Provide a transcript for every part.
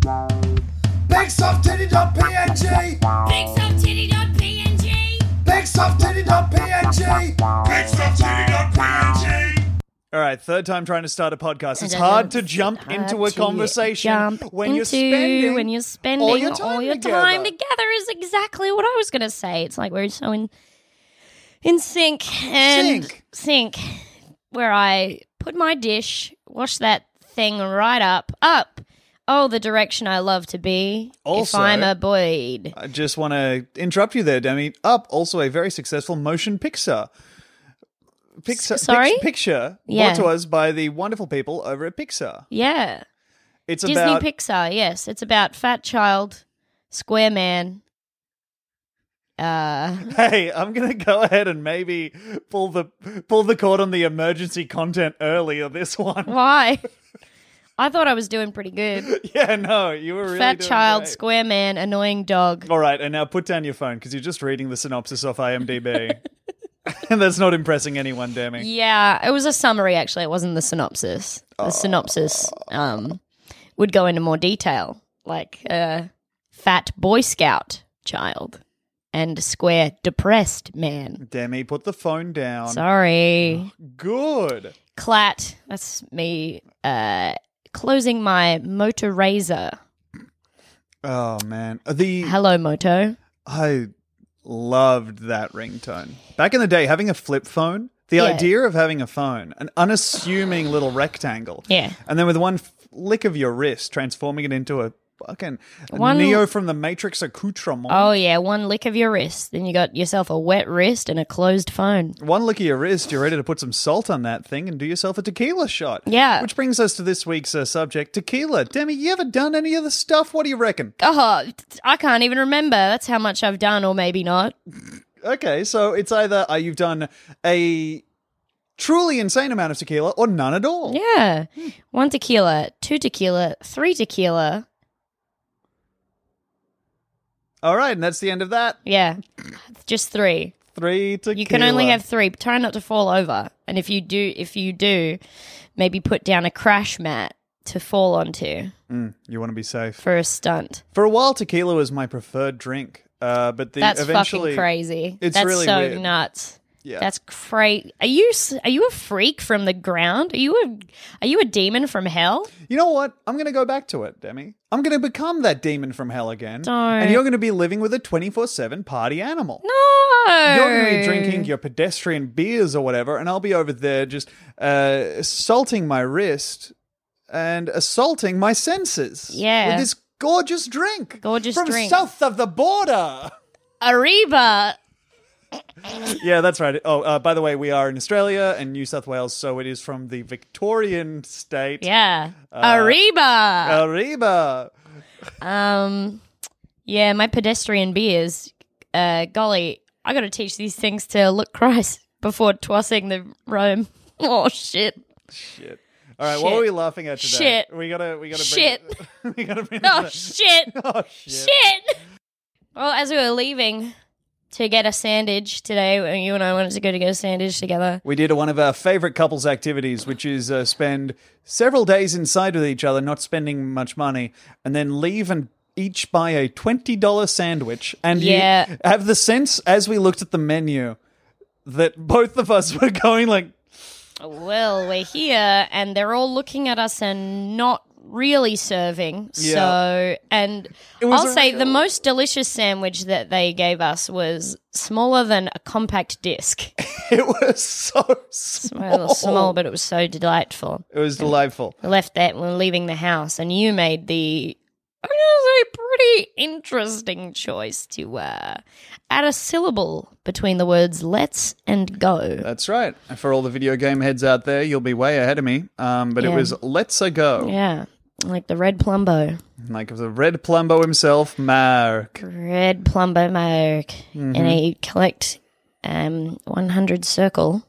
Big soft titty dot PNG. Big soft titty dot PNG. Big soft titty dot PNG. All right, third time trying to start a podcast. It's hard to jump into a to conversation jump when you're into- spending when you're spending all your time together. time together is exactly what I was going to say. It's like we're so in in sync and Sync. sync where I put my dish, wash that thing right up, up. Oh, the direction I love to be. Also- uh, if I'm a boyd. I just want to interrupt you there, Demi. Up, also a very successful motion picture. Pixar, S- sorry? pic- picture Yeah. brought to us by the wonderful people over at Pixar. Yeah. It's Disney about Pixar, yes. It's about fat child, square man. Uh hey, I'm gonna go ahead and maybe pull the pull the cord on the emergency content early on this one. why? I thought I was doing pretty good. yeah, no, you were really Fat doing child, great. square man, annoying dog. All right, and now put down your phone because you're just reading the synopsis off IMDb, and that's not impressing anyone, Demi. Yeah, it was a summary actually. It wasn't the synopsis. The Oh. synopsis um, would go into more detail, like uh, fat boy scout child and square depressed man. Demi, put the phone down. Sorry, Good. clat. That's me uh, closing my motor razor. Oh man, the Hello, moto. I loved that ringtone. Back in the day, having a flip phone, the Yeah. idea of having a phone, an unassuming little rectangle, Yeah. and then with one flick of your wrist, transforming it into a fucking One- Neo from the Matrix accoutrement. Oh yeah, one lick of your wrist, then you got yourself a wet wrist and a closed phone. One look at your wrist, you're ready to put some salt on that thing and do yourself a tequila shot. Yeah. Which brings us to this week's uh, subject tequila. Demi, you ever done any of the stuff? What do you reckon? Oh, I can't even remember. That's how much I've done, or maybe not. Okay, so it's either uh, you've done a truly insane amount of tequila or none at all. Yeah. One tequila, two tequila, three tequila. All right, and that's the end of that. Yeah. Just three. Three tequila. You can only have three. But try not to fall over. And if you do, if you do, maybe put down a crash mat to fall onto Mm, you want to be safe. for a stunt. For a while, tequila was my preferred drink, uh, but the That's eventually fucking crazy. it's That's really so weird. nuts. Yeah. That's crazy. Are you s- are you a freak from the ground? Are you a are you a demon from hell? You know what? I'm going to go back to it, Demi. I'm going to become that demon from hell again, and Don't. you're going to be living with a 24 seven party animal. No. You're going to be drinking your pedestrian beers or whatever, and I'll be over there just uh, assaulting my wrist and assaulting my senses. Yeah. With this gorgeous drink. Gorgeous from drink. south of the border. Ariba. Yeah, that's right. Oh, uh, by the way, we are in Australia and New South Wales, so it is from the Victorian state. Yeah. Arriba. uh, Arriba. Um, yeah, my pedestrian beers. Uh, golly, I got to teach these things to look Christ before tossing the Rome. Oh shit! Shit. All right, what Shit. were we laughing at today? Shit. We gotta, we gotta. Shit. Bring, we gotta bring. Oh it shit! back. Oh shit. Shit! Well, as we were leaving to get a sandwich today, you and I wanted to go to get a sandwich together. We did one of our favorite couples activities, which is uh, spend several days inside with each other, not spending much money, and then leave and each buy a twenty dollar sandwich. And you Yeah. have the sense as we looked at the menu that both of us were going like, Well, we're here, and they're all looking at us and not really serving. So, and was I'll a say real- the most delicious sandwich that they gave us was smaller than a compact disc. it was so Well, it small. was small, but it was so delightful. It was delightful. We left that when we were leaving the house, and you made the I'm gonna say pretty interesting choice to uh, add a syllable between the words "let's" and "go." That's right. And For all the video game heads out there, you'll be way ahead of me. Um, but it Yeah. was Let's A Go. Yeah, like the red plumbo, Like the Red Plumbo himself, Mark. red plumbo mark, and Mm-hmm. he collect um 100 circle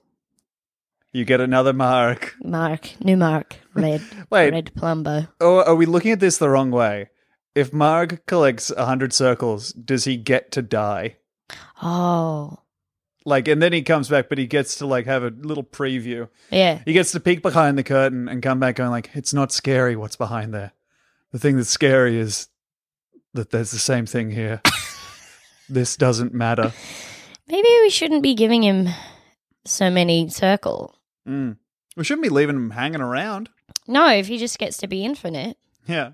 You get another Mark. mark, new mark, red, Wait. red plumbo. Oh, are we looking at this the wrong way? If Marg collects 100 circles, does he get to die? Oh, Like, and then he comes back, but he gets to, like, have a little preview. yeah. He gets to peek behind the curtain and come back going, like, it's not scary what's behind there. The thing that's scary is that there's the same thing here. this doesn't matter. Maybe we shouldn't be giving him so many circle. Mm. We shouldn't be leaving him hanging around. No, if he just gets to be infinite. Yeah.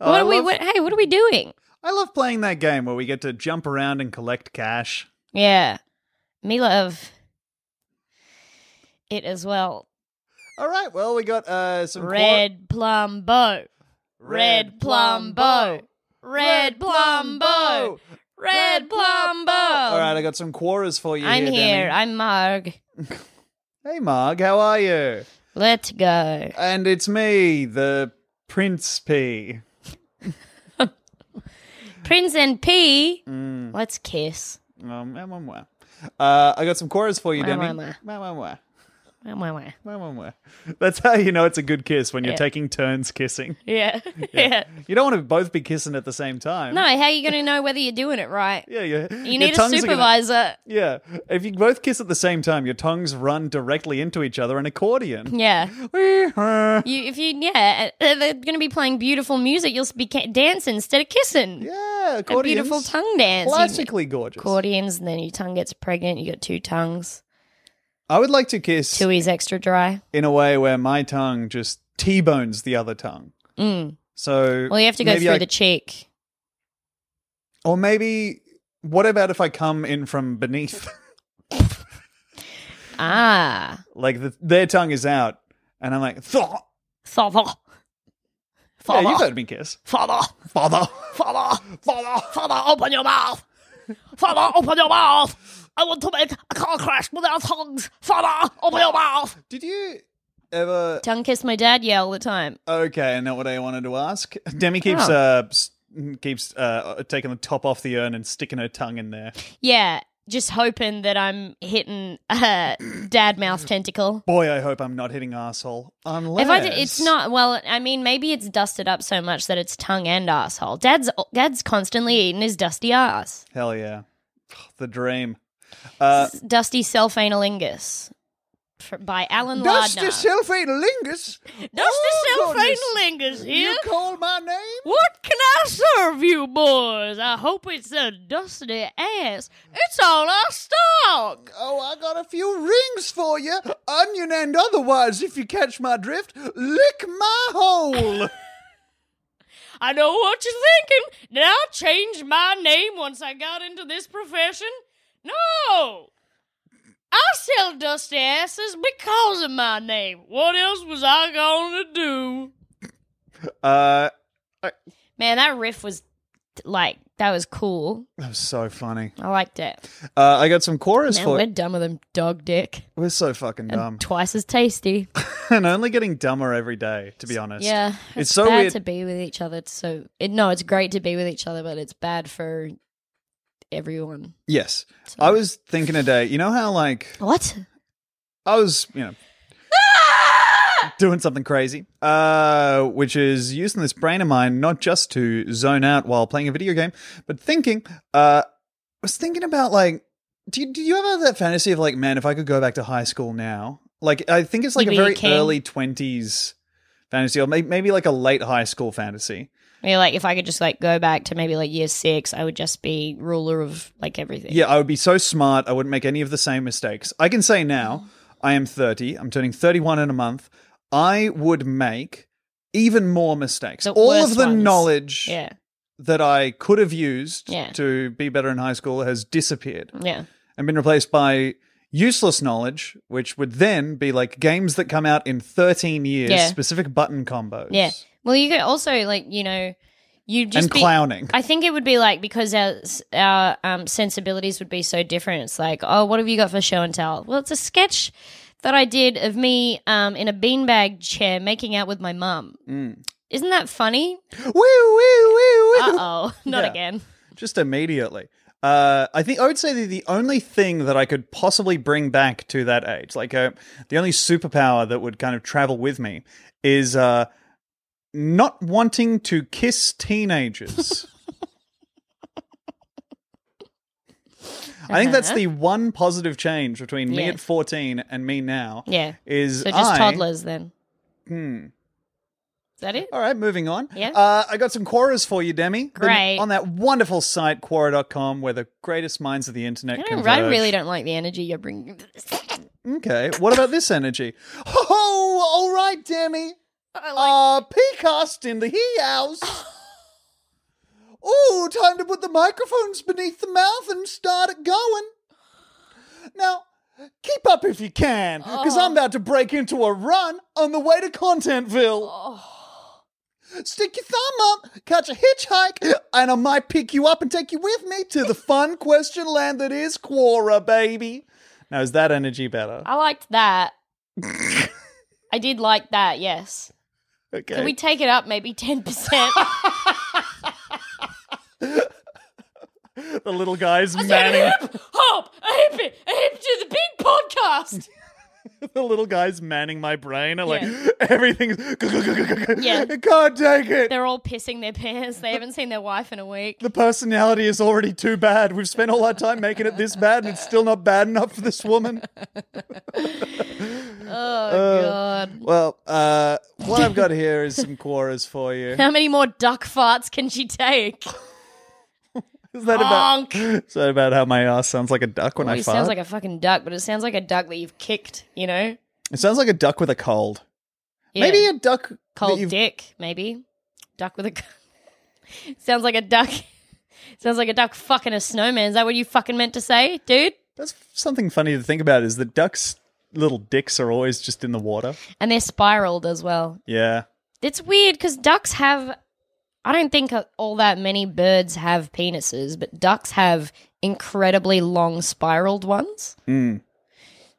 Oh, what I are we? love- What, hey, what are we doing? I love playing that game where we get to jump around and collect cash. Yeah, me love it as well. All right, well, we got uh, some quar- Red plumbo, red plumbo, red plumbo, red plumbo. All right, I got some quarters for you. I'm here. here. Demi. I'm Marg. Hey, Marg, how are you? Let's go. And it's me, the Prince P. Prince and P. Mm. Let's kiss. Um, wah, wah, wah. uh, I got some quarters for you, Wah, Demi. wah, Wah, wah, wah. Wah, wah, wah. Wah, wah, wah. That's how you know it's a good kiss when you're Yeah. taking turns kissing. Yeah. yeah. You don't want to both be kissing at the same time. No, how are you going to know whether you're doing it right? Yeah, yeah. You need a supervisor. Yeah. If you both kiss at the same time, your tongues run directly into each other an accordion. Yeah. yeah. You, if you, yeah, uh, they're going to be playing beautiful music. You'll be ca- dancing instead of kissing. a Accordions. beautiful tongue dance. You- Classically gorgeous. accordions, and then your tongue gets pregnant. You got two tongues. I would like to kiss Two is extra dry. in a way where my tongue just T bones the other tongue. Mm. So Well, you have to go maybe through I- the cheek. Or maybe what about if I come in from beneath? Ah, like the, their tongue is out and I'm like, "Thaw." father, yeah, father, you've heard me kiss. father, Father. father, father, father. Open your mouth, father. Open your mouth. I want to make a car crash with our tongues, father. Open your mouth. Did you ever Tongue kiss my dad. Yeah, all the time. Okay, not what I wanted to ask. Demi keeps Oh. uh s- keeps uh taking the top off the urn and sticking her tongue in there. Yeah, just hoping that I'm hitting uh, dad Mm. mouth tentacle. Boy, I hope I'm not hitting asshole. Unless If I did, it's not well. I mean, maybe it's dusted up so much that it's tongue and asshole. Dad's dad's constantly eating his dusty ass, Hell yeah, the dream. Uh, S- dusty self analingus, F- by Alan Dust Lardner. yourself in lingus. dusty Oh, self goodness. analingus here. You call my name? What can I serve you boys? I hope it's a dusty ass. It's all our stock. Oh, I got a few rings for you, onion and otherwise. If you catch my drift, lick my hole. I know what you're thinking. Did I change my name once I got into this profession? No! I sell dusty asses because of my name. What else was I gonna do? uh, Man, that riff was like, That was cool. That was so funny. I liked it. Uh, I got some chorus Man, for Um, we're we're, dumber than dog dick. so fucking And dumb. twice as tasty. and only getting dumber every day, to be honest. Yeah. It's so bad weird. to be with each other. It's so it, no, it's great to be with each other, but it's bad for everyone. Yes. So- I was thinking today, you know how like What? I was, you know, doing something crazy, uh, which is using this brain of mine not just to zone out while playing a video game, but thinking. Uh, I was thinking about like, do you, do you ever have that fantasy of like, man, if I could go back to high school now? Like, I think it's like You'd a be the very king. early twenties fantasy, or may- maybe like a late high school fantasy. I mean, like if I could just like go back to maybe like year six, I would just be ruler of like everything. Yeah, I would be so smart. I wouldn't make any of the same mistakes. I can say Mm-hmm. now, I am 30. I'm turning 31 in a month. I would make even more mistakes. The All of worst the ones. knowledge Yeah. that I could have used Yeah. Mm. to be better in high school has disappeared Yeah. and been replaced by useless knowledge, which would then be like games that come out in 13 years, Yeah. specific button combos. Yeah. Well, you could also like, you know, you just and be- clowning. I think it would be like because our our um, sensibilities would be so different. It's like, oh, what have you got for show and tell? Well, it's a sketch that I did of me um, in a beanbag chair making out with my mum. Mm. Isn't that funny? woo, woo, woo, Uh woo. oh, not Yeah. again. just immediately. Uh, I think I would say that the only thing that I could possibly bring back to that age, like uh, the only superpower that would kind of travel with me, is uh, not wanting to kiss teenagers. I think that's the one positive change between me Uh-huh. Yeah. at fourteen and me now. Yeah. Is So just I- toddlers then. Hmm. Is that it? All right, moving on. Yeah. Uh, I got some Quoras for you, Demi. Been Great. on that wonderful site, Quora.com, where the greatest minds of the internet I, don't, converge. I really don't like the energy you're bringing. to this. Okay, what about this energy? Oh, all right, Demi. Uh, Peacast in the he house. Ooh, time to put the microphones beneath the mouth and start it going. Now, keep up if you can, because I'm about to break into a run on the way to Contentville. Oh. Stick your thumb up, catch a hitchhike, and I might pick you up and take you with me to the fun question land that is Quora, baby. Now, is that energy better? I liked that. I did like that. Yes. Okay. Can we take it up maybe ten percent? the little guy's manning Hop, a hip, it, a hip to the big podcast. the little guy's manning my brain. I'm like Yeah. everything's Yeah. I can't take it. They're all pissing their pants. They haven't seen their wife in a week. the personality is already too bad. We've spent all our time making it this bad, and it's still not bad enough for this woman. Oh god. Well, uh, what I've got here is some quoras for you. How many more duck farts can she take? Is that about? Honk. Is that about how my ass sounds like a duck when Well, I Oh. he fart? sounds like a fucking duck, but it sounds like a duck that you've kicked. You know, it sounds like a duck with a cold. Yeah. Maybe a duck that cold you've- dick. Maybe duck with a. c- sounds like a duck. sounds like a duck fucking a snowman. Is that what you fucking meant to say, dude? That's something funny to think about. Is that ducks' little dicks are always just in the water? And they're spiraled as well. Yeah. It's weird because ducks have. I don't think all that many birds have penises, but ducks have incredibly long spiraled ones.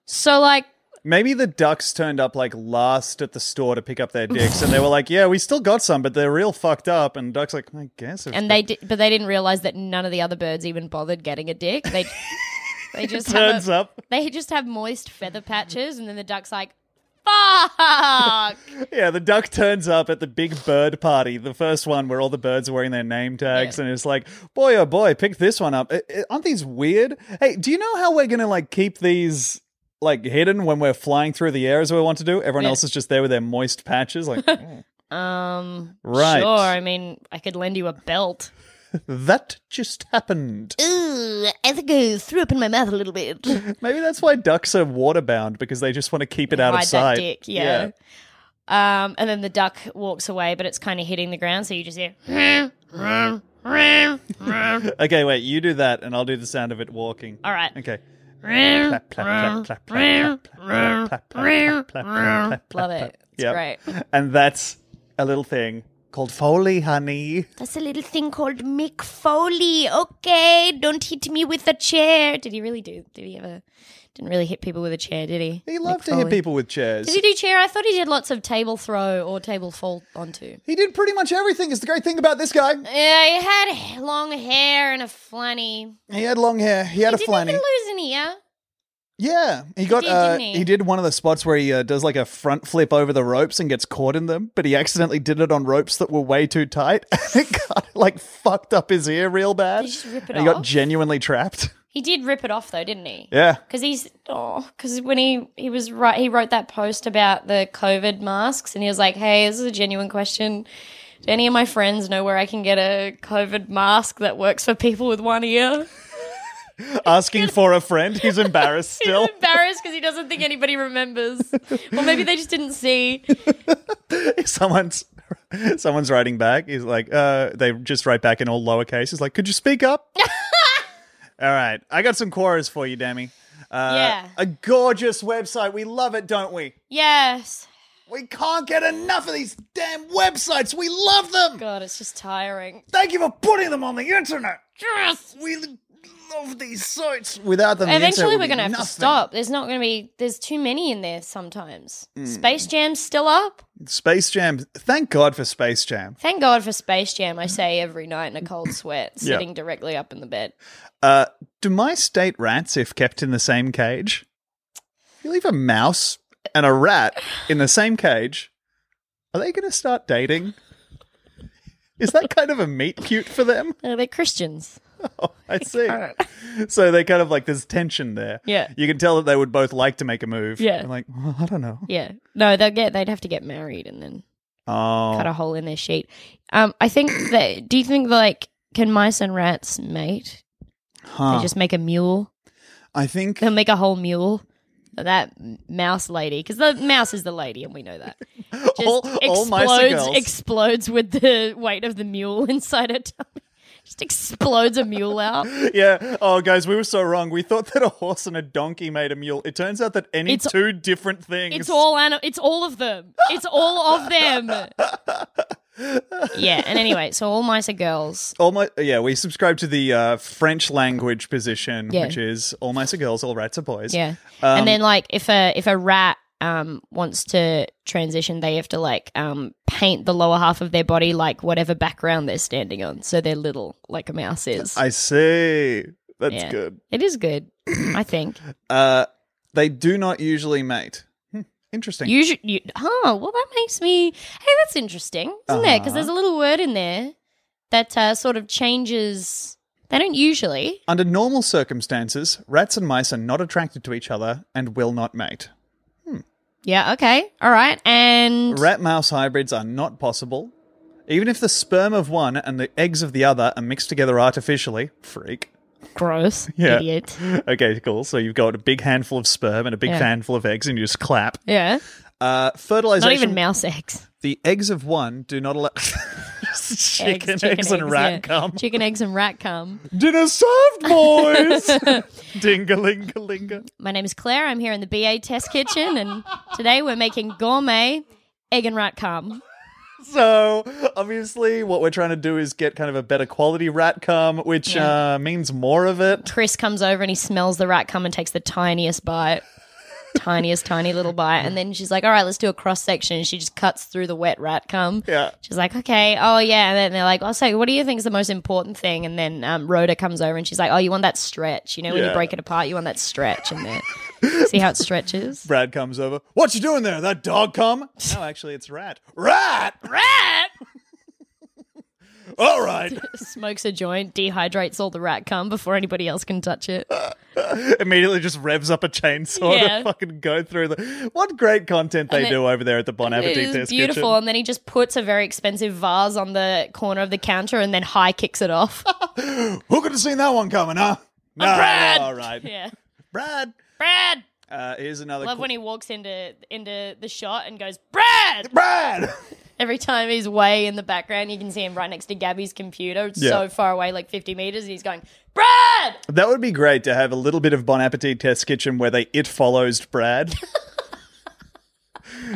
So, like, Maybe the ducks turned up like last at the store to pick up their dicks, and they were like, "Yeah, we still got some, but they're real fucked up." And ducks like, "I guess." If and they di- but they didn't realize that none of the other birds even bothered getting a dick. They they just turns have a- up, they just have moist feather patches, and then the duck's like, "Fuck!" yeah, the duck turns up at the big bird party, the first one where all the birds are wearing their name tags, and it's like, "Boy, oh boy, pick this one up." Eh, eh, aren't these weird? Hey, do you know how we're gonna like keep these? Like hidden when we're flying through the air as we want to do. Everyone Yeah. else is just there with their moist patches. Like um, Right. Sure. I mean, I could lend you a belt. that just happened. Ooh, I think I threw up in my mouth a little bit. Maybe that's why ducks are waterbound because they just want to keep it out of hide that sight. dick, yeah. Um, and then the duck walks away, but it's kind of hitting the ground, so you just hear. Yeah. Okay, wait. You do that, and I'll do the sound of it walking. All right. Okay. Love it. It's Yep. great. And that's a little thing called Foley, honey. That's a little thing called Mick Foley. Okay, don't hit me with a chair. Did he really do? Did he ever? Didn't really hit people with a chair, did he? He Mick loved to hit Foley. people with chairs. Did he do chair? I thought he did lots of table throw or table fall onto. He did pretty much everything. Is the great thing about this guy. Yeah, he had h- long hair and a flanny. He had long hair. He had a Didn't flanny. even lose an ear. yeah, he got. did, uh, didn't he? he? did one of the spots where he uh, does like a front flip over the ropes and gets caught in them, but he accidentally did it on ropes that were way too tight. it got like fucked up his ear real bad. Did he just rip it and he got off? genuinely trapped. He did rip it off though, didn't he? Yeah. Because he's oh, because when he he was right, he wrote that post about the COVID masks, and he was like, "Hey, this is a genuine question. Do any of my friends know where I can get a COVID mask that works for people with one ear?" Asking for a friend. He's embarrassed still. He's embarrassed because he doesn't think anybody remembers, or maybe they just didn't see. someone's someone's writing back. He's like, uh, they just write back in all lowercase. He's like, could you speak up? all right, I got some quarrels for you, Demi. Uh, Yeah. a gorgeous website. We love it, don't we? Yes. We can't get enough of these damn websites. We love them. God, it's just tiring. Thank you for putting them on the internet. Yes. We love these sites. Without them, the Eventually, internet would we're be gonna have nothing. to stop. There's not gonna be. There's too many in there sometimes. Mm. Space Jam's still up. Space Jam. Thank God for Space Jam. Thank God for Space Jam, I say every night in a cold sweat, Yeah. sitting directly up in the bed. Uh, do my state rats, if kept in the same cage, you leave a mouse and a rat in the same cage, are they going to start dating? Is that kind of a meet cute for them? Oh, they're Christians. Oh, I see. So they kind of like there's tension there. Yeah. you can tell that they would both like to make a move. Yeah. I'm like "Well, I don't know. Yeah. No, they'll get they'd have to get married and then cut Oh, a hole in their sheet. Um, I think that do you think like can mice and rats mate? huh. They just make a mule. I think They'll make a whole mule. That m- mouse lady, because the mouse is the lady, and we know that. Just all, all mice are explodes, girls. explodes with the weight of the mule inside her tummy. Just explodes a mule out. Yeah. Oh, guys, we were so wrong. We thought that a horse and a donkey made a mule. It turns out that any It's- two different things. It's all ani- It's all of them. It's all of them. yeah. And anyway, so all mice are girls. All my yeah, we subscribe to the uh, French language position, Yeah. which is all mice are girls, all rats are boys. Yeah. Um, and then like if a if a rat um wants to transition, they have to like um paint the lower half of their body like whatever background they're standing on, so they're little like a mouse is. I see. That's Yeah. good. it is good, I think. Uh, they do not usually mate. Hmm, interesting. Usually, you, huh? Well, that makes me. Hey, that's interesting, isn't it? Because Uh-huh. there's a little word in there that uh, sort of changes. They don't usually. Under normal circumstances, rats and mice are not attracted to each other and will not mate. Yeah, okay. All right. And Rat mouse hybrids are not possible. Even if the sperm of one and the eggs of the other are mixed together artificially, freak. gross. Yeah. Idiot. Okay, cool. So you've got a big handful of sperm and a big Yeah. handful of eggs, and you just clap. Yeah. Uh, Not fertilization. even mouse eggs. The eggs of one do not allow. Just chicken, Eggs, eggs, and rat yeah. cum. Chicken eggs and rat cum. Dinner served, boys! Dingalingalinga. My name is Claire. I'm here in the BA test kitchen and today we're making gourmet egg and rat cum. So, obviously, what we're trying to do is get kind of a better quality rat cum, which uh, means more of it. Chris comes over and he smells the rat cum and takes the tiniest bite. Tiniest, tiny little bite. And then she's like, all right, let's do a cross section. And she just cuts through the wet rat cum. Yeah. She's like, okay, oh yeah. And then they're like, oh, so what do you think is the most important thing? And then um, Rhoda comes over and she's like, oh, you want that stretch? You know, when Yeah. you break it apart, you want that stretch in there. See how it stretches? Brad comes over. What you doing there? That dog cum? No, actually, it's rat. Rat! Rat! All right. Smokes a joint, dehydrates all the rat cum before anybody else can touch it. Immediately just revs up a chainsaw Yeah. to fucking go through the. What great content they it- do over there at the Bon Appetit It Test is Kitchen. beautiful. And then he just puts a very expensive vase on the corner of the counter and then high kicks it off. Who could have seen that one coming, huh? No, Brad! all right, yeah. Brad. Brad! Uh, here's another. Love qu- when he walks into into the shot and goes, Brad! Brad. Every time he's way in the background, you can see him right next to Gabby's computer. It's Yeah. so far away, like 50 meters, and he's going, Brad! That would be great to have a little bit of Bon Appetit Test Kitchen where they it follows Brad.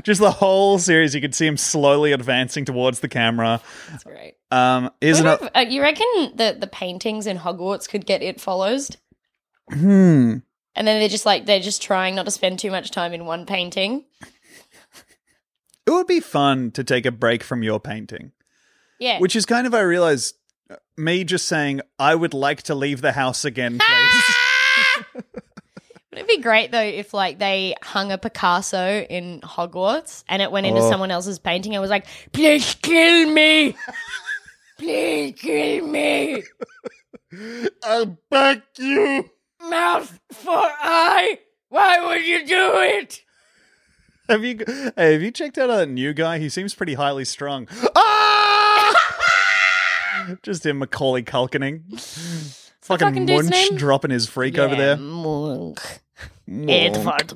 Just the whole series, you could see him slowly advancing towards the camera. That's great. Um, is not What if- uh, you reckon that the paintings in Hogwarts could get it follows? hmm. And then they're just like they're just trying not to spend too much time in one painting. It would be fun to take a break from your painting, Yeah. which is kind of I realize uh, me just saying I would like to leave the house again, please. Would it be great though if like they hung a Picasso in Hogwarts and it went into Oh. someone else's painting and was like, please kill me. please kill me. I'll back you. Mouth for eye. Why would you do it? Have you hey, have you checked out a new guy? He seems pretty highly strung. Ah! Just him Macaulay Culkining. Fucking, fucking dude's munch name? dropping his freak over there. Monk. Edward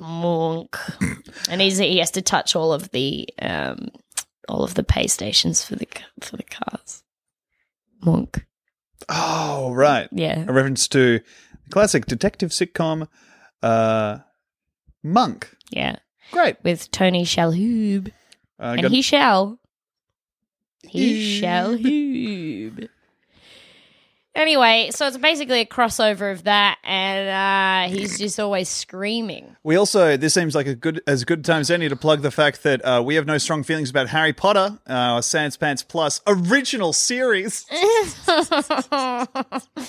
Monk. and he's he has to touch all of the um all of the pay stations for the ca- for the cars. Monk. Oh, right. Yeah. A reference to the classic detective sitcom uh Monk. Yeah. Great. With Tony Shalhoub. Uh, and got- he shall. He Hoob. shall hoob. Anyway, so it's basically a crossover of that, and uh, he's just always screaming. we also this seems like a good as good time as any to plug the fact that uh, we have no strong feelings about Harry Potter, uh, our Sans Pants Plus original series. it's,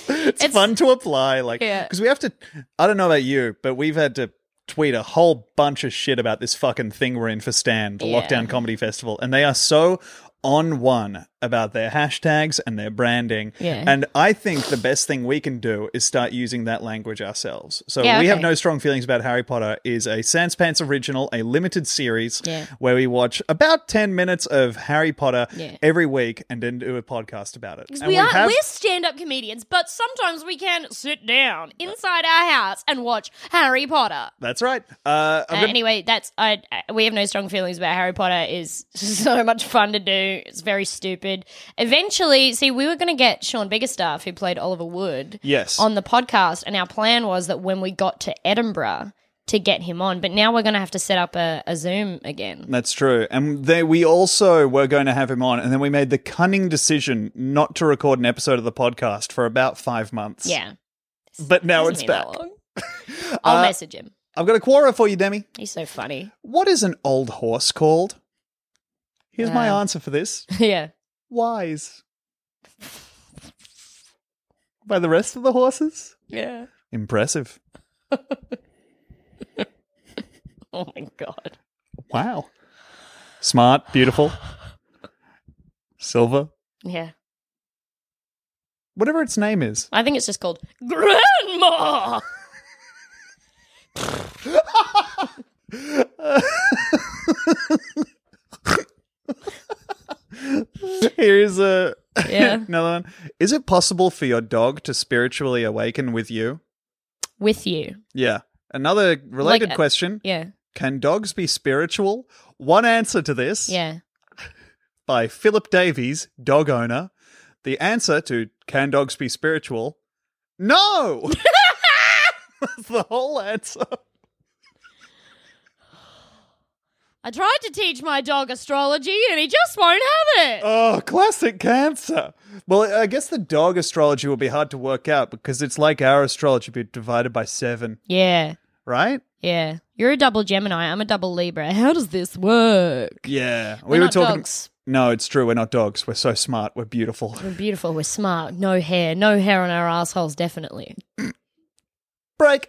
it's, fun to apply like Yeah. because we have to i don't know about you but we've had to tweet a whole bunch of shit about this fucking thing we're in for stan the Yeah. lockdown comedy festival and they are so on one about their hashtags and their branding Yeah. and i think the best thing we can do is start using that language ourselves so Yeah, we have okay. no strong feelings about harry potter is a sans pants original a limited series Yeah. where we watch about 10 minutes of harry potter Yeah. every week and then do a podcast about it Because And we are have- we're stand-up comedians, but sometimes we can sit down inside our house and watch Harry Potter. that's right uh, Uh, I've got- Anyway, that's I, I. We have no strong feelings about Harry Potter. is so much fun to do. It's very stupid. Eventually, see, we were going to get Sean Biggerstaff, who played Oliver Wood, Yes. on the podcast, and our plan was that when we got to Edinburgh to get him on, but now we're going to have to set up a, a Zoom again. That's true. And they, we also were going to have him on, and then we made the cunning decision not to record an episode of the podcast for about five months. Yeah, But now Doesn't it's mean that back. long. I'll Uh, message him. I've got a quora for you, Demi. He's so funny. What is an old horse called? Here's my Uh. answer for this yeah. Wise. By the rest of the horses? Yeah. Impressive. Oh my god. Wow. Smart, beautiful. Silver. Yeah. Whatever its name is. I think it's just called Grandma. Here's a Yeah. another one. Is it possible for your dog to spiritually awaken with you? With you. Yeah. Another related Like, uh, question. Yeah. Can dogs be spiritual? One answer to this Yeah. by Philip Davies, dog owner. The answer to can dogs be spiritual? No. That's the whole answer. I tried to teach my dog astrology and he just won't have it. Oh, classic cancer. Well, I guess the dog astrology will be hard to work out because it's like our astrology but divided by 7, yeah. right? Yeah. You're a double Gemini. I'm a double Libra. How does this work? Yeah. We're not dogs. No, it's true. We're not dogs. We're so smart. We're beautiful. We're beautiful. We're smart. No hair. No hair on our assholes, definitely. Break.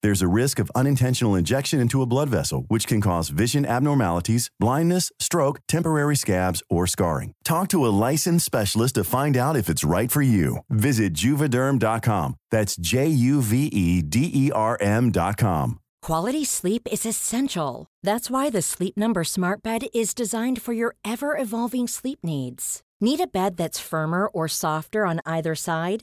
There's a risk of unintentional injection into a blood vessel, which can cause vision abnormalities, blindness, stroke, temporary scabs, or scarring. Talk to a licensed specialist to find out if it's right for you. Visit juvederm.com. That's J U V E D E R M.com. Quality sleep is essential. That's why the Sleep Number Smart Bed is designed for your ever evolving sleep needs. Need a bed that's firmer or softer on either side?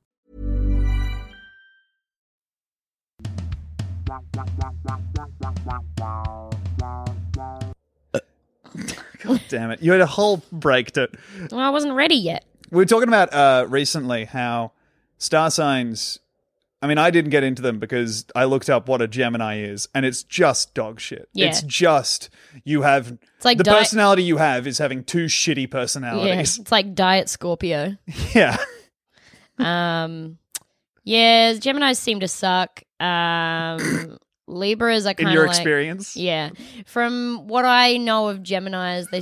God damn it. You had a whole break to. Well, I wasn't ready yet. We were talking about uh, recently how star signs. I mean, I didn't get into them because I looked up what a Gemini is, and it's just dog shit. Yeah. It's just you have It's like the di- personality you have is having two shitty Yeah, personalities. it's like Diet Scorpio. Yeah, Um, yeah, Gemini's seem to suck. Um, Libras are kind in of your like, experience, Yeah, from what I know of Gemini's, they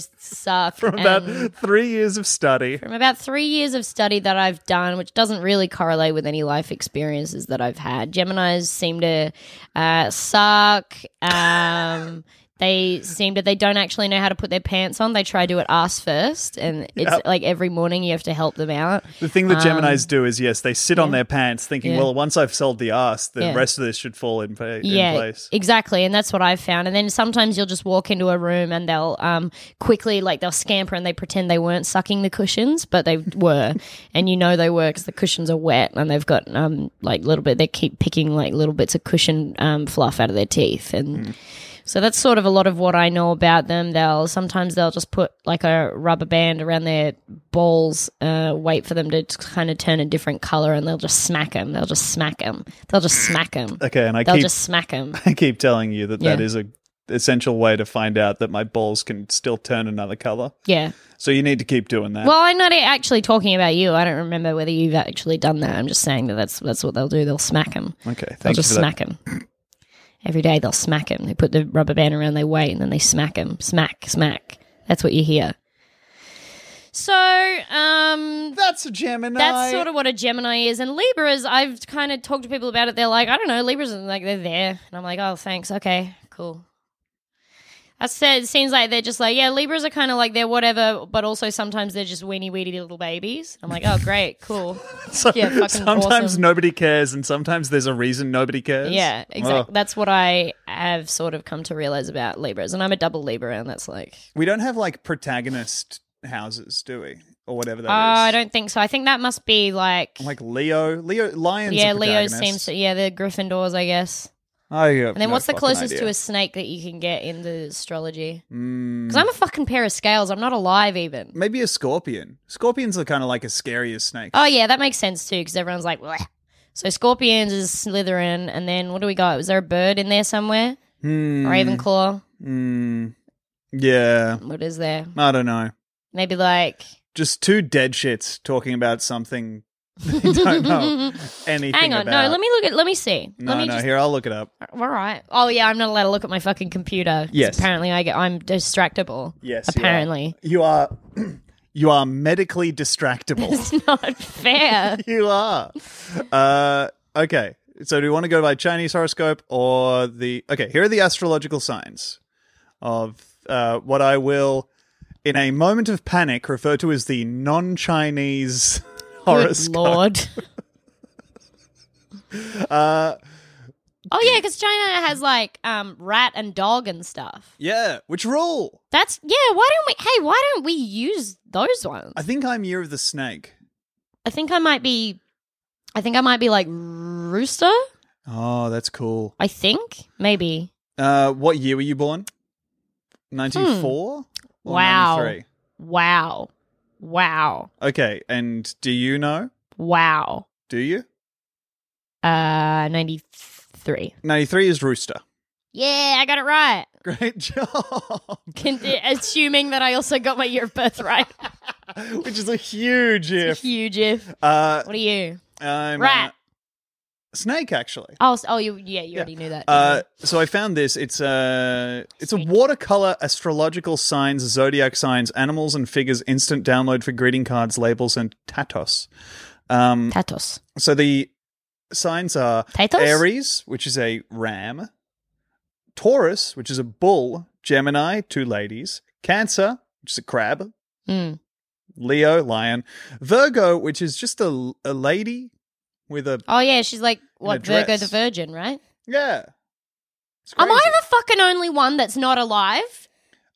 suck. from about and three years of study, from about three years of study that I've done, which doesn't really correlate with any life experiences that I've had, Gemini's seem to uh, suck. Um, they seem that they don't actually know how to put their pants on. They try to do it ass first, and it's Yep. like every morning you have to help them out. the thing that Gemini's do is yes, they sit on their pants, thinking, um, Yeah. "Well, once I've sold the ass, the Yeah. rest of this should fall in, pa- in place." exactly, and that's what I've found. And then sometimes you'll just walk into a room and they'll um, quickly like they'll scamper and they pretend they weren't sucking the cushions, but they were, and you know they were because the cushions are wet and they've got um, like little bit. They keep picking like little bits of cushion um, fluff out of their teeth, and Hmm. so that's sort of a lot of what I know about them. They'll sometimes they'll just put like a rubber band around their balls, uh, wait for them to kind of turn a different color, and they'll just smack them. They'll just smack them. They'll just smack them. Okay, and I They'll keep just smack him. I keep telling you that that Yeah. is a essential way to find out that my balls can still turn another color. Yeah. So you need to keep doing that. Well, I'm not actually talking about you. I don't remember whether you've actually done that. I'm just saying that that's that's what they'll do. They'll smack him. okay, They'll thank you just for smack him. Every day they'll smack him. They put the rubber band around their waist and then they smack him. Smack, smack. That's what you hear. So, um, that. That's a Gemini. that's sort of what a Gemini is. And Libras, I've kind of talked to people about it. They're like, I don't know, Libras, are like they're there, and I'm like, oh, thanks, okay, cool. I said, it seems like they're just like, yeah, Libras are kind of like they're whatever, but also sometimes they're just weeny weedy little babies. I'm like, oh, great, cool, So- yeah, fucking sometimes awesome. nobody cares, and sometimes there's a reason nobody cares. yeah, Well, exactly. That's what I have sort of come to realize about Libras, and I'm a double Libra, and that's like, we don't have like protagonist houses, do we, or whatever that is? oh, I don't think so. I think that must be like, Like Leo, Leo lions. yeah, are Leo protagonists. seems to, yeah, the Gryffindors, I guess. I have And then no what's the fucking closest idea. to a snake that you can get in the astrology? Mm, Because I'm a fucking pair of scales. I'm not alive even. maybe a scorpion. Scorpions are kind of like as scary as snakes. Oh yeah, that makes sense too. Because everyone's like, Bleh. so scorpions is Slytherin, and then what do we got? Was there a bird in there somewhere? Hmm, Ravenclaw. hmm. yeah, What is there? I don't know. Maybe like just two dead shits talking about something they don't know anything hang on, about. no. Let me look at. Let me see. No, let me no. just. Here, I'll look it up. All right. Oh yeah, I'm not allowed to look at my fucking computer. 'cause Yes. Apparently, I get. I'm distractible. Yes, you are. Apparently, You are, you are medically distractible. it's not fair. you are. Uh, okay. So do you want to go by Chinese horoscope or the Okay, here are the astrological signs of uh, what I will in a moment of panic refer to as the non-Chinese Good horoscope. lord. Uh Oh yeah, because China has like um, rat and dog and stuff. yeah, which rule? That's yeah. Why don't we? Hey, why don't we use those ones? I think I'm year of the snake. I think I might be. I think I might be like rooster. Oh, that's cool. I think maybe. Uh what year were you born? 94 or Wow. 93? Wow, wow, Okay, and do you know? wow. Do you? Uh, ninety three. 93 is rooster. Yeah, I got it right. Great job. Con- assuming that I also got my year of birth right. Which is a huge if. Huge if. Uh, What are you? I'm, Rat. uh, snake, actually. Oh, s- oh, you. Yeah, you already knew that. didn't Uh, you? so I found this. It's a it's a watercolor astrological signs, zodiac signs, animals and figures instant download for greeting cards, labels, and tatos. Um, Tatos. so the signs are Tatos? Aries, which is a ram, Taurus, which is a bull, Gemini, two ladies, Cancer, which is a crab, Mm. Leo, lion, Virgo, which is just a, a lady with a Oh yeah, she's like what Virgo dress. the Virgin, right? yeah. It's Oh. Am I crazy. the fucking only one that's not alive?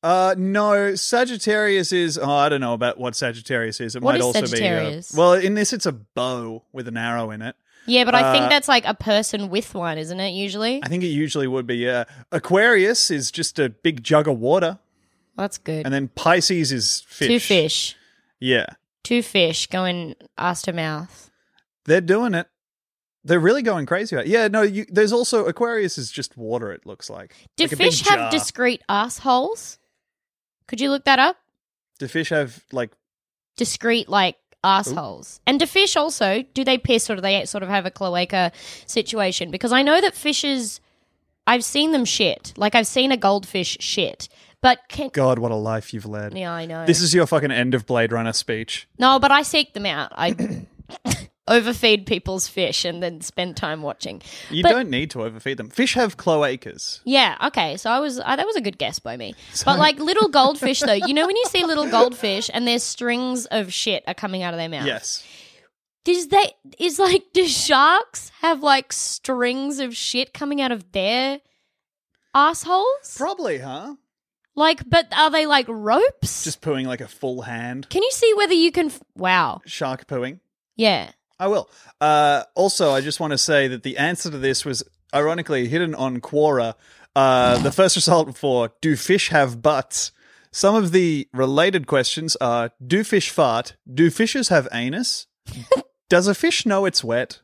Uh, no, Sagittarius is. Oh, I don't know about what Sagittarius is. It What might is also Sagittarius? be. Uh, well, in this, it's a bow with an arrow in it. Yeah, but I Uh, think that's like a person with one, isn't it? Usually, I think it usually would be. Yeah, Aquarius is just a big jug of water, that's good. and then Pisces is fish. Two fish, Yeah, two fish going ass to mouth. they're doing it. They're really going crazy about. It. Yeah, no. You, there's also Aquarius is just water. It looks like. Do Like a big fish have jar. discrete assholes? Could you look that up? Do fish have like? Discrete like assholes. And do fish also do they piss or do they sort of have a cloaca situation? Because I know that fishes, I've seen them shit. Like I've seen a goldfish shit, but can God, what a life you've led. yeah, I know This is your fucking end of Blade Runner speech. No, but I seek them out. I overfeed people's fish and then spend time watching. You But- don't need to overfeed them. Fish have cloacas. Yeah, okay. So I was I, that was a good guess by me. But like little goldfish though, you know when you see little goldfish and their strings of shit are coming out of their mouth. Yes. Does they is like do sharks have like strings of shit coming out of their assholes? Probably, huh? Like but are they like ropes? Just pooing like a full hand. Can you see whether you can f- wow. Shark pooing. Yeah. I will. Uh, also, I just want to say that the answer to this was ironically hidden on Quora. Uh, the first result for Do Fish Have Butts? Some of the related questions are Do fish fart? Do fishes have anus? Does a fish know it's wet?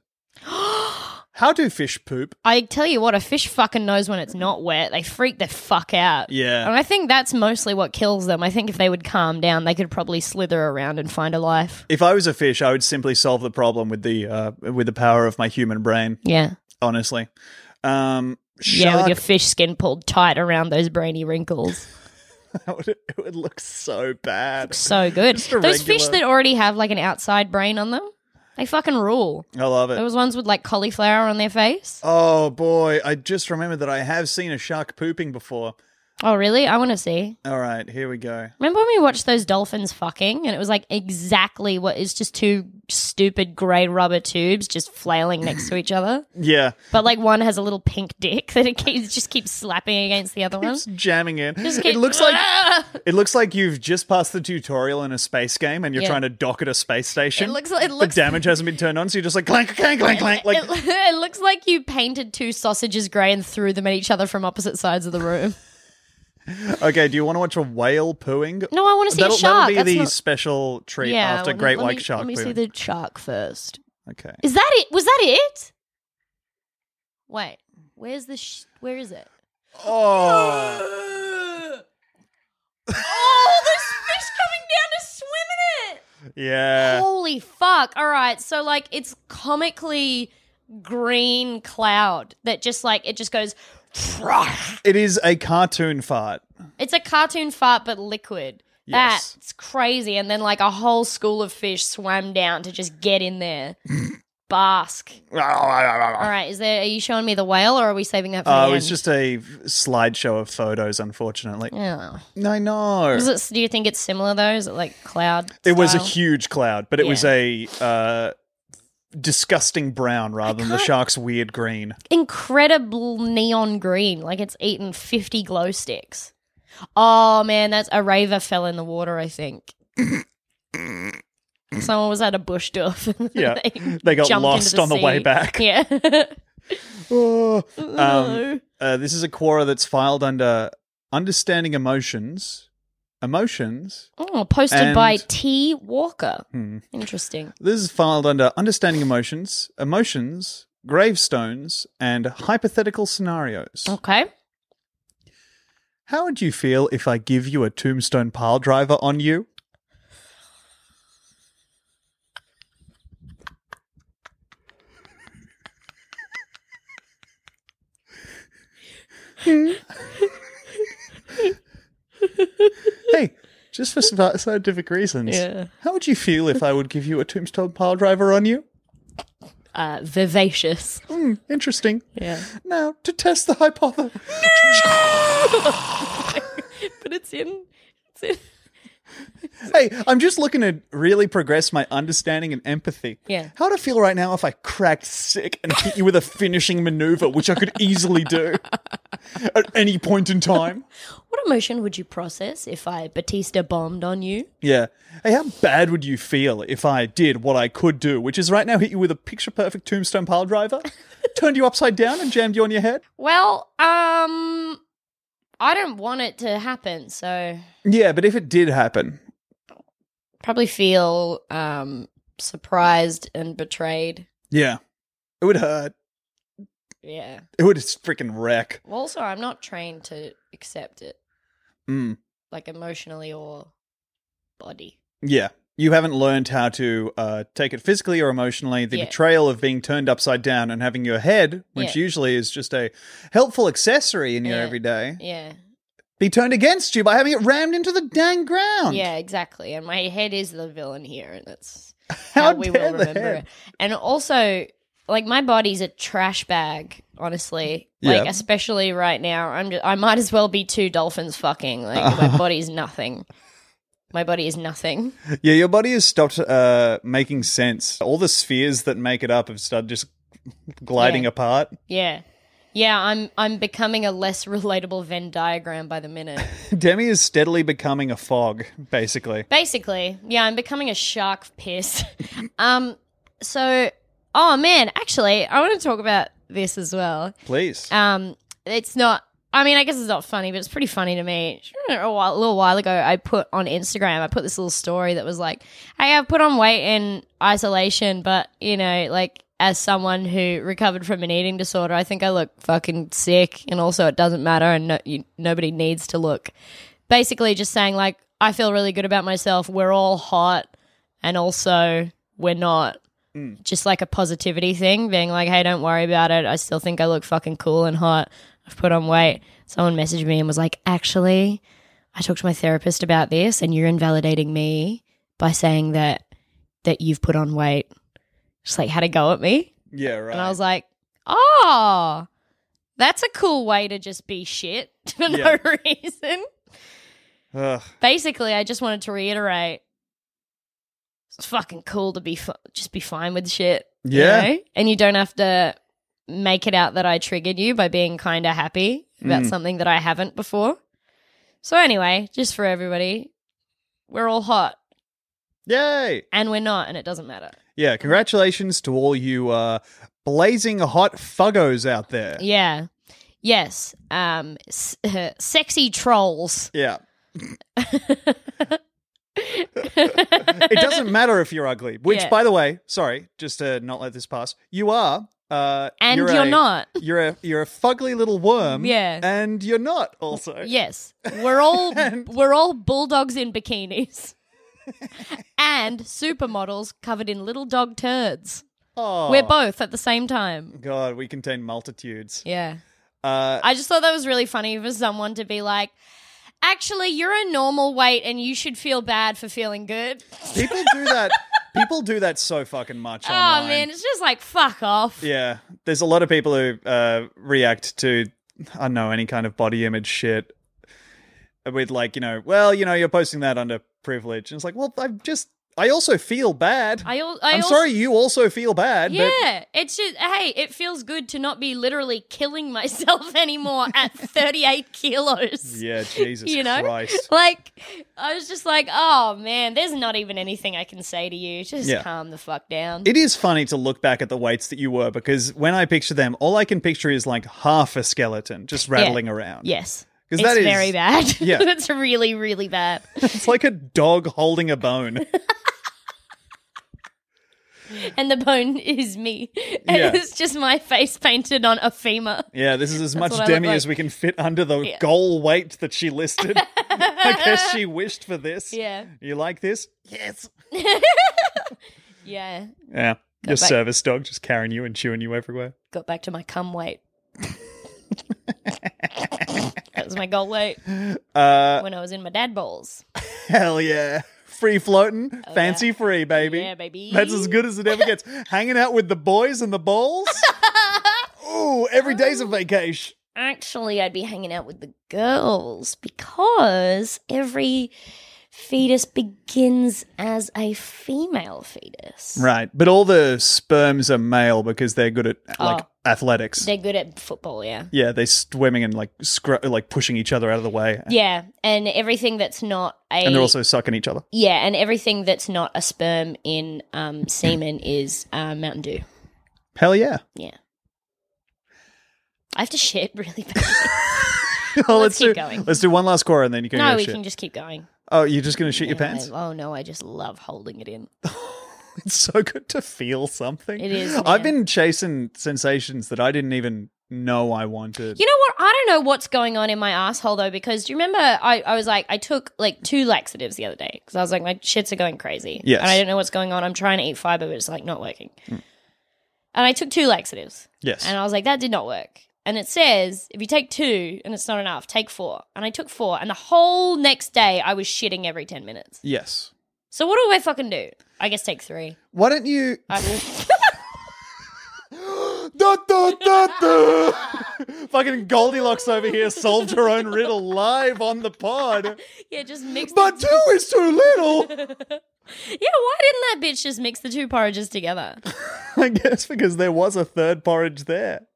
How do fish poop? I tell you what, a fish fucking knows when it's not wet. They freak the fuck out. Yeah. And I think that's mostly what kills them. I think if they would calm down, they could probably slither around and find a life. If I was a fish, I would simply solve the problem with the uh, with the power of my human brain. Yeah. Honestly, um, Yeah, with shark- your fish skin pulled tight around those brainy wrinkles. That would, it would look so bad. So good. Just a Those fish regular- that already have like an outside brain on them, they fucking rule. I love it. Those ones with like cauliflower on their face. Oh boy, I just remembered that I have seen a shark pooping before. Oh, really? I want to see. All right, here we go. Remember when we watched those dolphins fucking and it was like exactly what is just two stupid grey rubber tubes just flailing next to each other? Yeah, But like one has a little pink dick that it keeps, just keeps slapping against the other one. just jamming in. keep- It looks like it looks like you've just passed the tutorial in a space game, and you're Yeah. trying to dock at a space station. It looks- it looks- the damage hasn't been turned on, so you're just like clank, clank, clank, clank. Like It, it looks like you painted two sausages grey and threw them at each other from opposite sides of the room. okay, do you want to watch a whale pooing? No, I want to see that'll, a shark. That'll That's be the not- special treat Yeah, after well, great let white me- shark Let me see pooing. the shark first. okay, Is that it? Was that it? Wait, where's the? Sh- where is it? Oh. Oh, there's fish coming down to swim in it. yeah. Holy fuck. All right. So, like, it's comically green cloud that just, like, it just goes. It is a cartoon fart. It's a cartoon fart, but liquid. Yes. That's crazy. And then, like, a whole school of fish swam down to just get in there. Basque. Oh, All right, is there? Are you showing me the whale, or are we saving that for the it was end? Uh, just a slideshow of photos, unfortunately. Oh. I know. Is it, do you think it's similar though? Is it like cloud? It was a style? huge cloud, but it was a uh, disgusting brown rather than the shark's weird green. incredible neon green, like it's eaten fifty glow sticks. Oh man, that's a raver fell in the water. I think someone was at a bush doof. and Yeah. they They got jumped into lost on the way sea. back. Yeah, Oh. Um, No. uh, this is a quora that's filed under understanding emotions. Emotions. oh, posted And- by T Walker. Hmm. Interesting. This is filed under understanding emotions, emotions, gravestones, and hypothetical scenarios. Okay, How would you feel if I give you a tombstone pile driver on you? hey, just for sci- scientific reasons, Yeah. how would you feel if I would give you a tombstone pile driver on you? uh, vivacious. Hmm, interesting. Yeah, Now, to test the hypothesis. but it's in. It's in. Hey, I'm just looking to really progress my understanding and empathy. Yeah. How would I feel right now if I cracked sick and hit you with a finishing maneuver, which I could easily do at any point in time? What emotion would you process if I Batista bombed on you? Yeah. Hey, how bad would you feel if I did what I could do, which is right now hit you with a picture perfect tombstone pile driver, turned you upside down and jammed you on your head? Well, um, I don't want it to happen, so Yeah, but if it did happen, probably feel um surprised and betrayed. yeah, it would hurt. Yeah. It would just freaking wreck. Well, also, I'm not trained to accept it, Mm. like emotionally or body. Yeah. You haven't learned how to uh, take it physically or emotionally. The Yeah. betrayal of being turned upside down and having your head, which Yeah. usually is just a helpful accessory in your Yeah. everyday, Yeah. be turned against you by having it rammed into the dang ground. Yeah, exactly. And my head is the villain here, and that's How how, we dare will the remember head. it. And also, like my body's a trash bag, honestly. Like Yeah. especially right now, I'm just, I might as well be two dolphins fucking. Like my body's nothing. My body is nothing. Yeah, your body has stopped uh, making sense. All the spheres that make it up have started just gliding Yeah. apart. Yeah. Yeah, I'm I'm becoming a less relatable Venn diagram by the minute. Demi is steadily becoming a fog, basically. Basically, yeah, I'm becoming a shark of piss. um so oh man, actually, I want to talk about this as well. Please. Um, it's not. I mean, I guess it's not funny, but it's pretty funny to me. A, while, a little while ago, I put on Instagram, I put this little story that was like, "Hey, I've put on weight in isolation, but you know, like as someone who recovered from an eating disorder, I think I look fucking sick, and also it doesn't matter, and no, you, nobody needs to look." Basically, just saying like, I feel really good about myself. We're all hot, and also we're not just like a positivity thing, being like, hey, don't worry about it. I still think I look fucking cool and hot. I've put on weight. Someone messaged me and was like, actually, I talked to my therapist about this and you're invalidating me by saying that that you've put on weight. Just like had a go at me. yeah, right. And I was like, oh, that's a cool way to just be shit for Yeah. no reason. Ugh. Basically, I just wanted to reiterate it's fucking cool to be fu- just be fine with shit. you Yeah. know? And you don't have to make it out that I triggered you by being kind of happy about Mm. something that I haven't before. So, anyway, just for everybody, we're all hot Yay! and we're not, and it doesn't matter. Yeah, congratulations to all you uh, blazing hot fuggos out there. Yeah. Yes. Um, s- sexy trolls. Yeah. it doesn't matter if you're ugly, which, Yeah. by the way, sorry, just to not let this pass, you are. Uh, And you're a- not. You're a you're a fugly little worm. Yeah. and you're not also. Yes, we're all And- we're all bulldogs in bikinis, and supermodels covered in little dog turds. Oh, We're both at the same time. God, we contain multitudes. Yeah, Uh, I just thought that was really funny for someone to be like, "Actually, you're a normal weight, and you should feel bad for feeling good." people do that. People do that so fucking much Oh online. man, it's just like fuck off. Yeah, there's a lot of people who uh, react to I don't know any kind of body image shit with like you know, well, you know, you're posting that under privilege, and it's like, well, I'm just, I also feel bad. I, al- I am also- sorry, you also feel bad. but Yeah, it's just hey, it feels good to not be literally killing myself anymore at 38 kilos. yeah, Jesus You know? Christ. Like I was just like, oh man, there's not even anything I can say to you. Just Yeah. calm the fuck down. It is funny to look back at the weights that you were because when I picture them, all I can picture is like half a skeleton just rattling around. yes, it's because that is very bad. Yeah. it's really really bad. It's like a dog holding a bone. and the bone is me. And Yeah. It's just my face painted on a femur. Yeah, this is as much what I look Demi like. as we can fit under the goal weight that she listed. I guess she wished for this. Yeah. You like this? Yeah. Yeah. Your back. service dog just carrying you and chewing you everywhere. Got back to my cum weight. that was my goal weight Uh, when I was in my dad balls. hell yeah. Free floating, fancy free, baby. Oh, Yeah, baby. That's as good as it ever gets. Hanging out with the boys and the balls. Ooh, Oh. every day's a vacation. Actually, I'd be hanging out with the girls because every fetus begins as a female fetus. Right. But all the sperms are male because they're good at like Oh. athletics. They're good at football, yeah. yeah, they're swimming and like scr- like pushing each other out of the way. Yeah, and everything that's not a And they're also sucking each other. Yeah, and everything that's not a sperm in um, semen is uh, Mountain Dew. Hell yeah. Yeah. I have to shit really bad. Well, Let's do, keep going. Let's do one last quarter and then you can no, go we shit. can just keep going. Oh, you're just going to shit your Yeah, I- pants? oh no, I just love holding it in. It's so good to feel something. It is, I've man. been chasing sensations that I didn't even know I wanted. You know what? I don't know what's going on in my asshole though, because do you remember I, I was like I took like two laxatives the other day because I was like my shits are going crazy. Yes. Hmm. And I don't know what's going on. I'm trying to eat fiber, but it's like not working. And I took two laxatives. yes. And I was like, that did not work. And it says, if you take two and it's not enough, take four. And I took four. And the whole next day, I was shitting every 10 minutes. yes. So what do I fucking do? I guess take three. Why don't you. I- Da, da, da, da. Fucking Goldilocks over here solved her own riddle live on the pod. yeah, just mix the. But two is too little. Yeah, why didn't that bitch just mix the two porridges together? Yeah, but I guess because there was a third porridge there.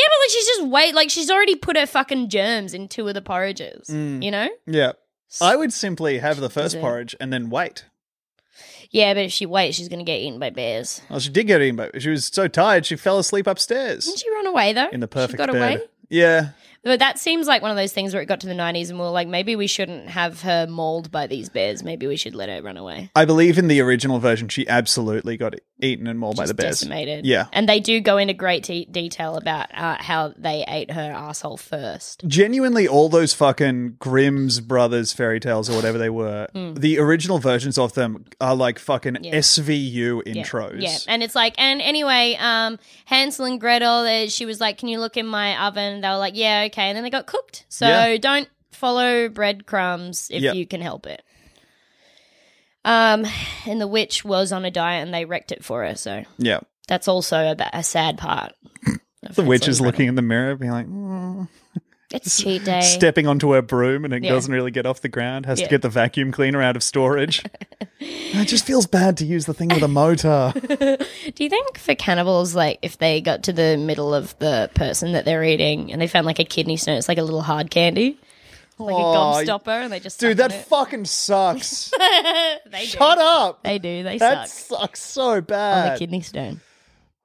like she's just wait, like she's already put her fucking germs in two of the porridges. Mm. You know? Yeah. I would simply have the first it? porridge and then wait. Yeah, but if she waits, she's gonna get eaten by bears. Well, Oh, she did get eaten, but she was so tired she fell asleep upstairs Didn't she run away though? in the She perfect got bed. away. Yeah, But that seems like one of those things where it got to the 90s and we are like, maybe we shouldn't have her mauled by these bears. Maybe we should let her run away. I believe in the original version she absolutely got eaten and mauled by the Just bears. Decimated. Yeah, And they do go into great te- detail about uh, how they ate her asshole first. genuinely, all those fucking Grimm's Brothers fairy tales or whatever they were, Hmm. the original versions of them are like fucking SVU Yeah. intros. Yeah. And it's like, and anyway, um, Hansel and Gretel, uh, she was like, can you look in my oven? They were like, yeah, okay. And then they got cooked. So Yeah. don't follow breadcrumbs if Yeah. you can help it. Um, and the witch was on a diet and they wrecked it for her. So. yeah. That's also a, ba- a sad part. of The witch Hansel is and looking in the mirror, being like, "Mm," Gretel. It's cheat day. stepping onto her broom, and it Yeah. doesn't really get off the ground. Has Yeah. to get the vacuum cleaner out of storage. it just feels bad to use the thing with a motor. Do you think for cannibals, like if they got to the middle of the person that they're eating and they found like a kidney stone, it's like a little hard candy, like a Aw, gobstopper, and they just Dude, suck on that it? fucking sucks. they Shut do. up. They do. They That suck sucks so on the bad. kidney stone.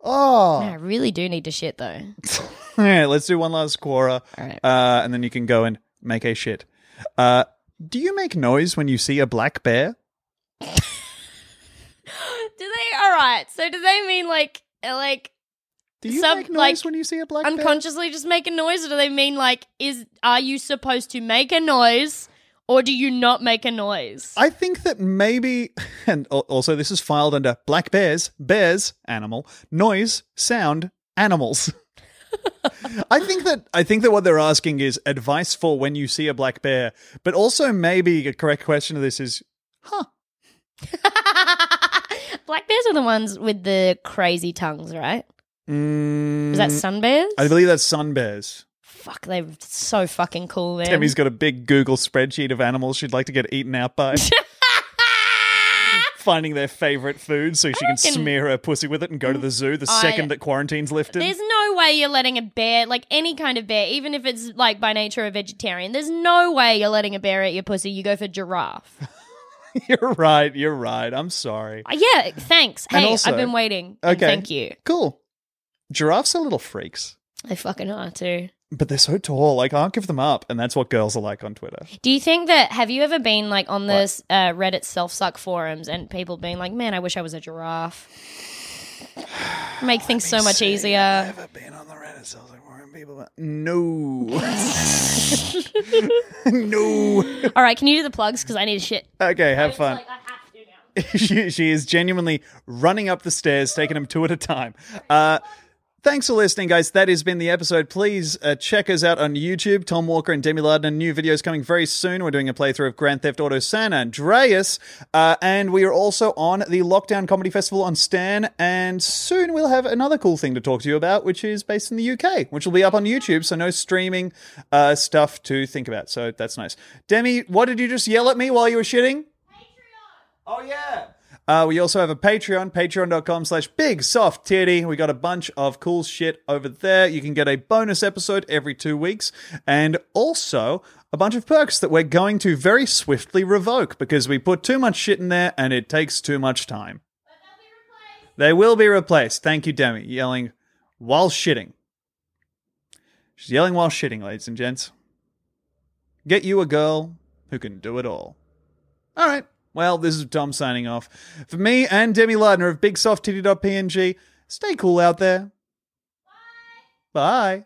Oh. Man, I really do need to shit though. All right, let's do one last quora. Alright. Uh, and then you can go and make a shit. Uh, do you make noise when you see a black bear? Do they? All right. So do they mean like uh, like Do you Some, make noise like, when you see a black bear? unconsciously just make a noise or do they mean like is are you supposed to make a noise or do you not make a noise I think that maybe, and al- also this is filed under black bears, bears, animal, noise, sound, animals. I think that I think that what they're asking is advice for when you see a black bear, but also maybe a correct question to this is, huh? Black bears are the ones with the crazy tongues, right? Mm, Is that sun bears? I believe that's sun bears. Fuck, they're so fucking cool, man. Demi's got a big Google spreadsheet of animals she'd like to get eaten out by. Finding their favorite food so she can reckon- smear her pussy with it and go to the zoo the I- second that quarantine's lifted. There's no way you're letting a bear, like any kind of bear, even if it's like by nature a vegetarian, there's no way you're letting a bear eat your pussy. You go for giraffe. You're right. You're right. I'm sorry. Uh, yeah, thanks. And Hey, also- I've been waiting. and Okay. Thank you. Cool. Giraffes are little freaks, They fucking are too. but they're so tall. I can't give them up. And that's what girls are like on Twitter. Do you think that, have you ever been like on this uh, Reddit self suck forums and people being like, man, I wish I was a giraffe? Make things so much easier. I've been on the Reddit so I was like, "Where are people. at?" No. no. All right, can you do the plugs? Because I need shit. Okay, have fun. Like, I have to now. she, she is genuinely running up the stairs, taking them two at a time. Uh, thanks for listening, guys. That has been the episode. Please uh, check us out on YouTube. Tom Walker and Demi Lardner. New videos coming very soon. We're doing a playthrough of Grand Theft Auto San Andreas. Uh, and we are also on the Lockdown Comedy Festival on Stan. And soon we'll have another cool thing to talk to you about, which is based in the UK, which will be up on YouTube. So no streaming uh, stuff to think about. So that's nice. Demi, what did you just yell at me while you were shitting? Oh yeah. Uh, we also have a Patreon, patreon.com slash big soft titty. We got a bunch of cool shit over there. You can get a bonus episode every two weeks and also a bunch of perks that we're going to very swiftly revoke because we put too much shit in there and it takes too much time. They will be replaced. Thank you, Demi. Yelling while shitting. She's yelling while shitting, ladies and gents. Get you a girl who can do it all. All right. Well, this is Tom signing off. For me and Demi Lardner of BigSoftTitty.png, stay cool out there. Bye. Bye.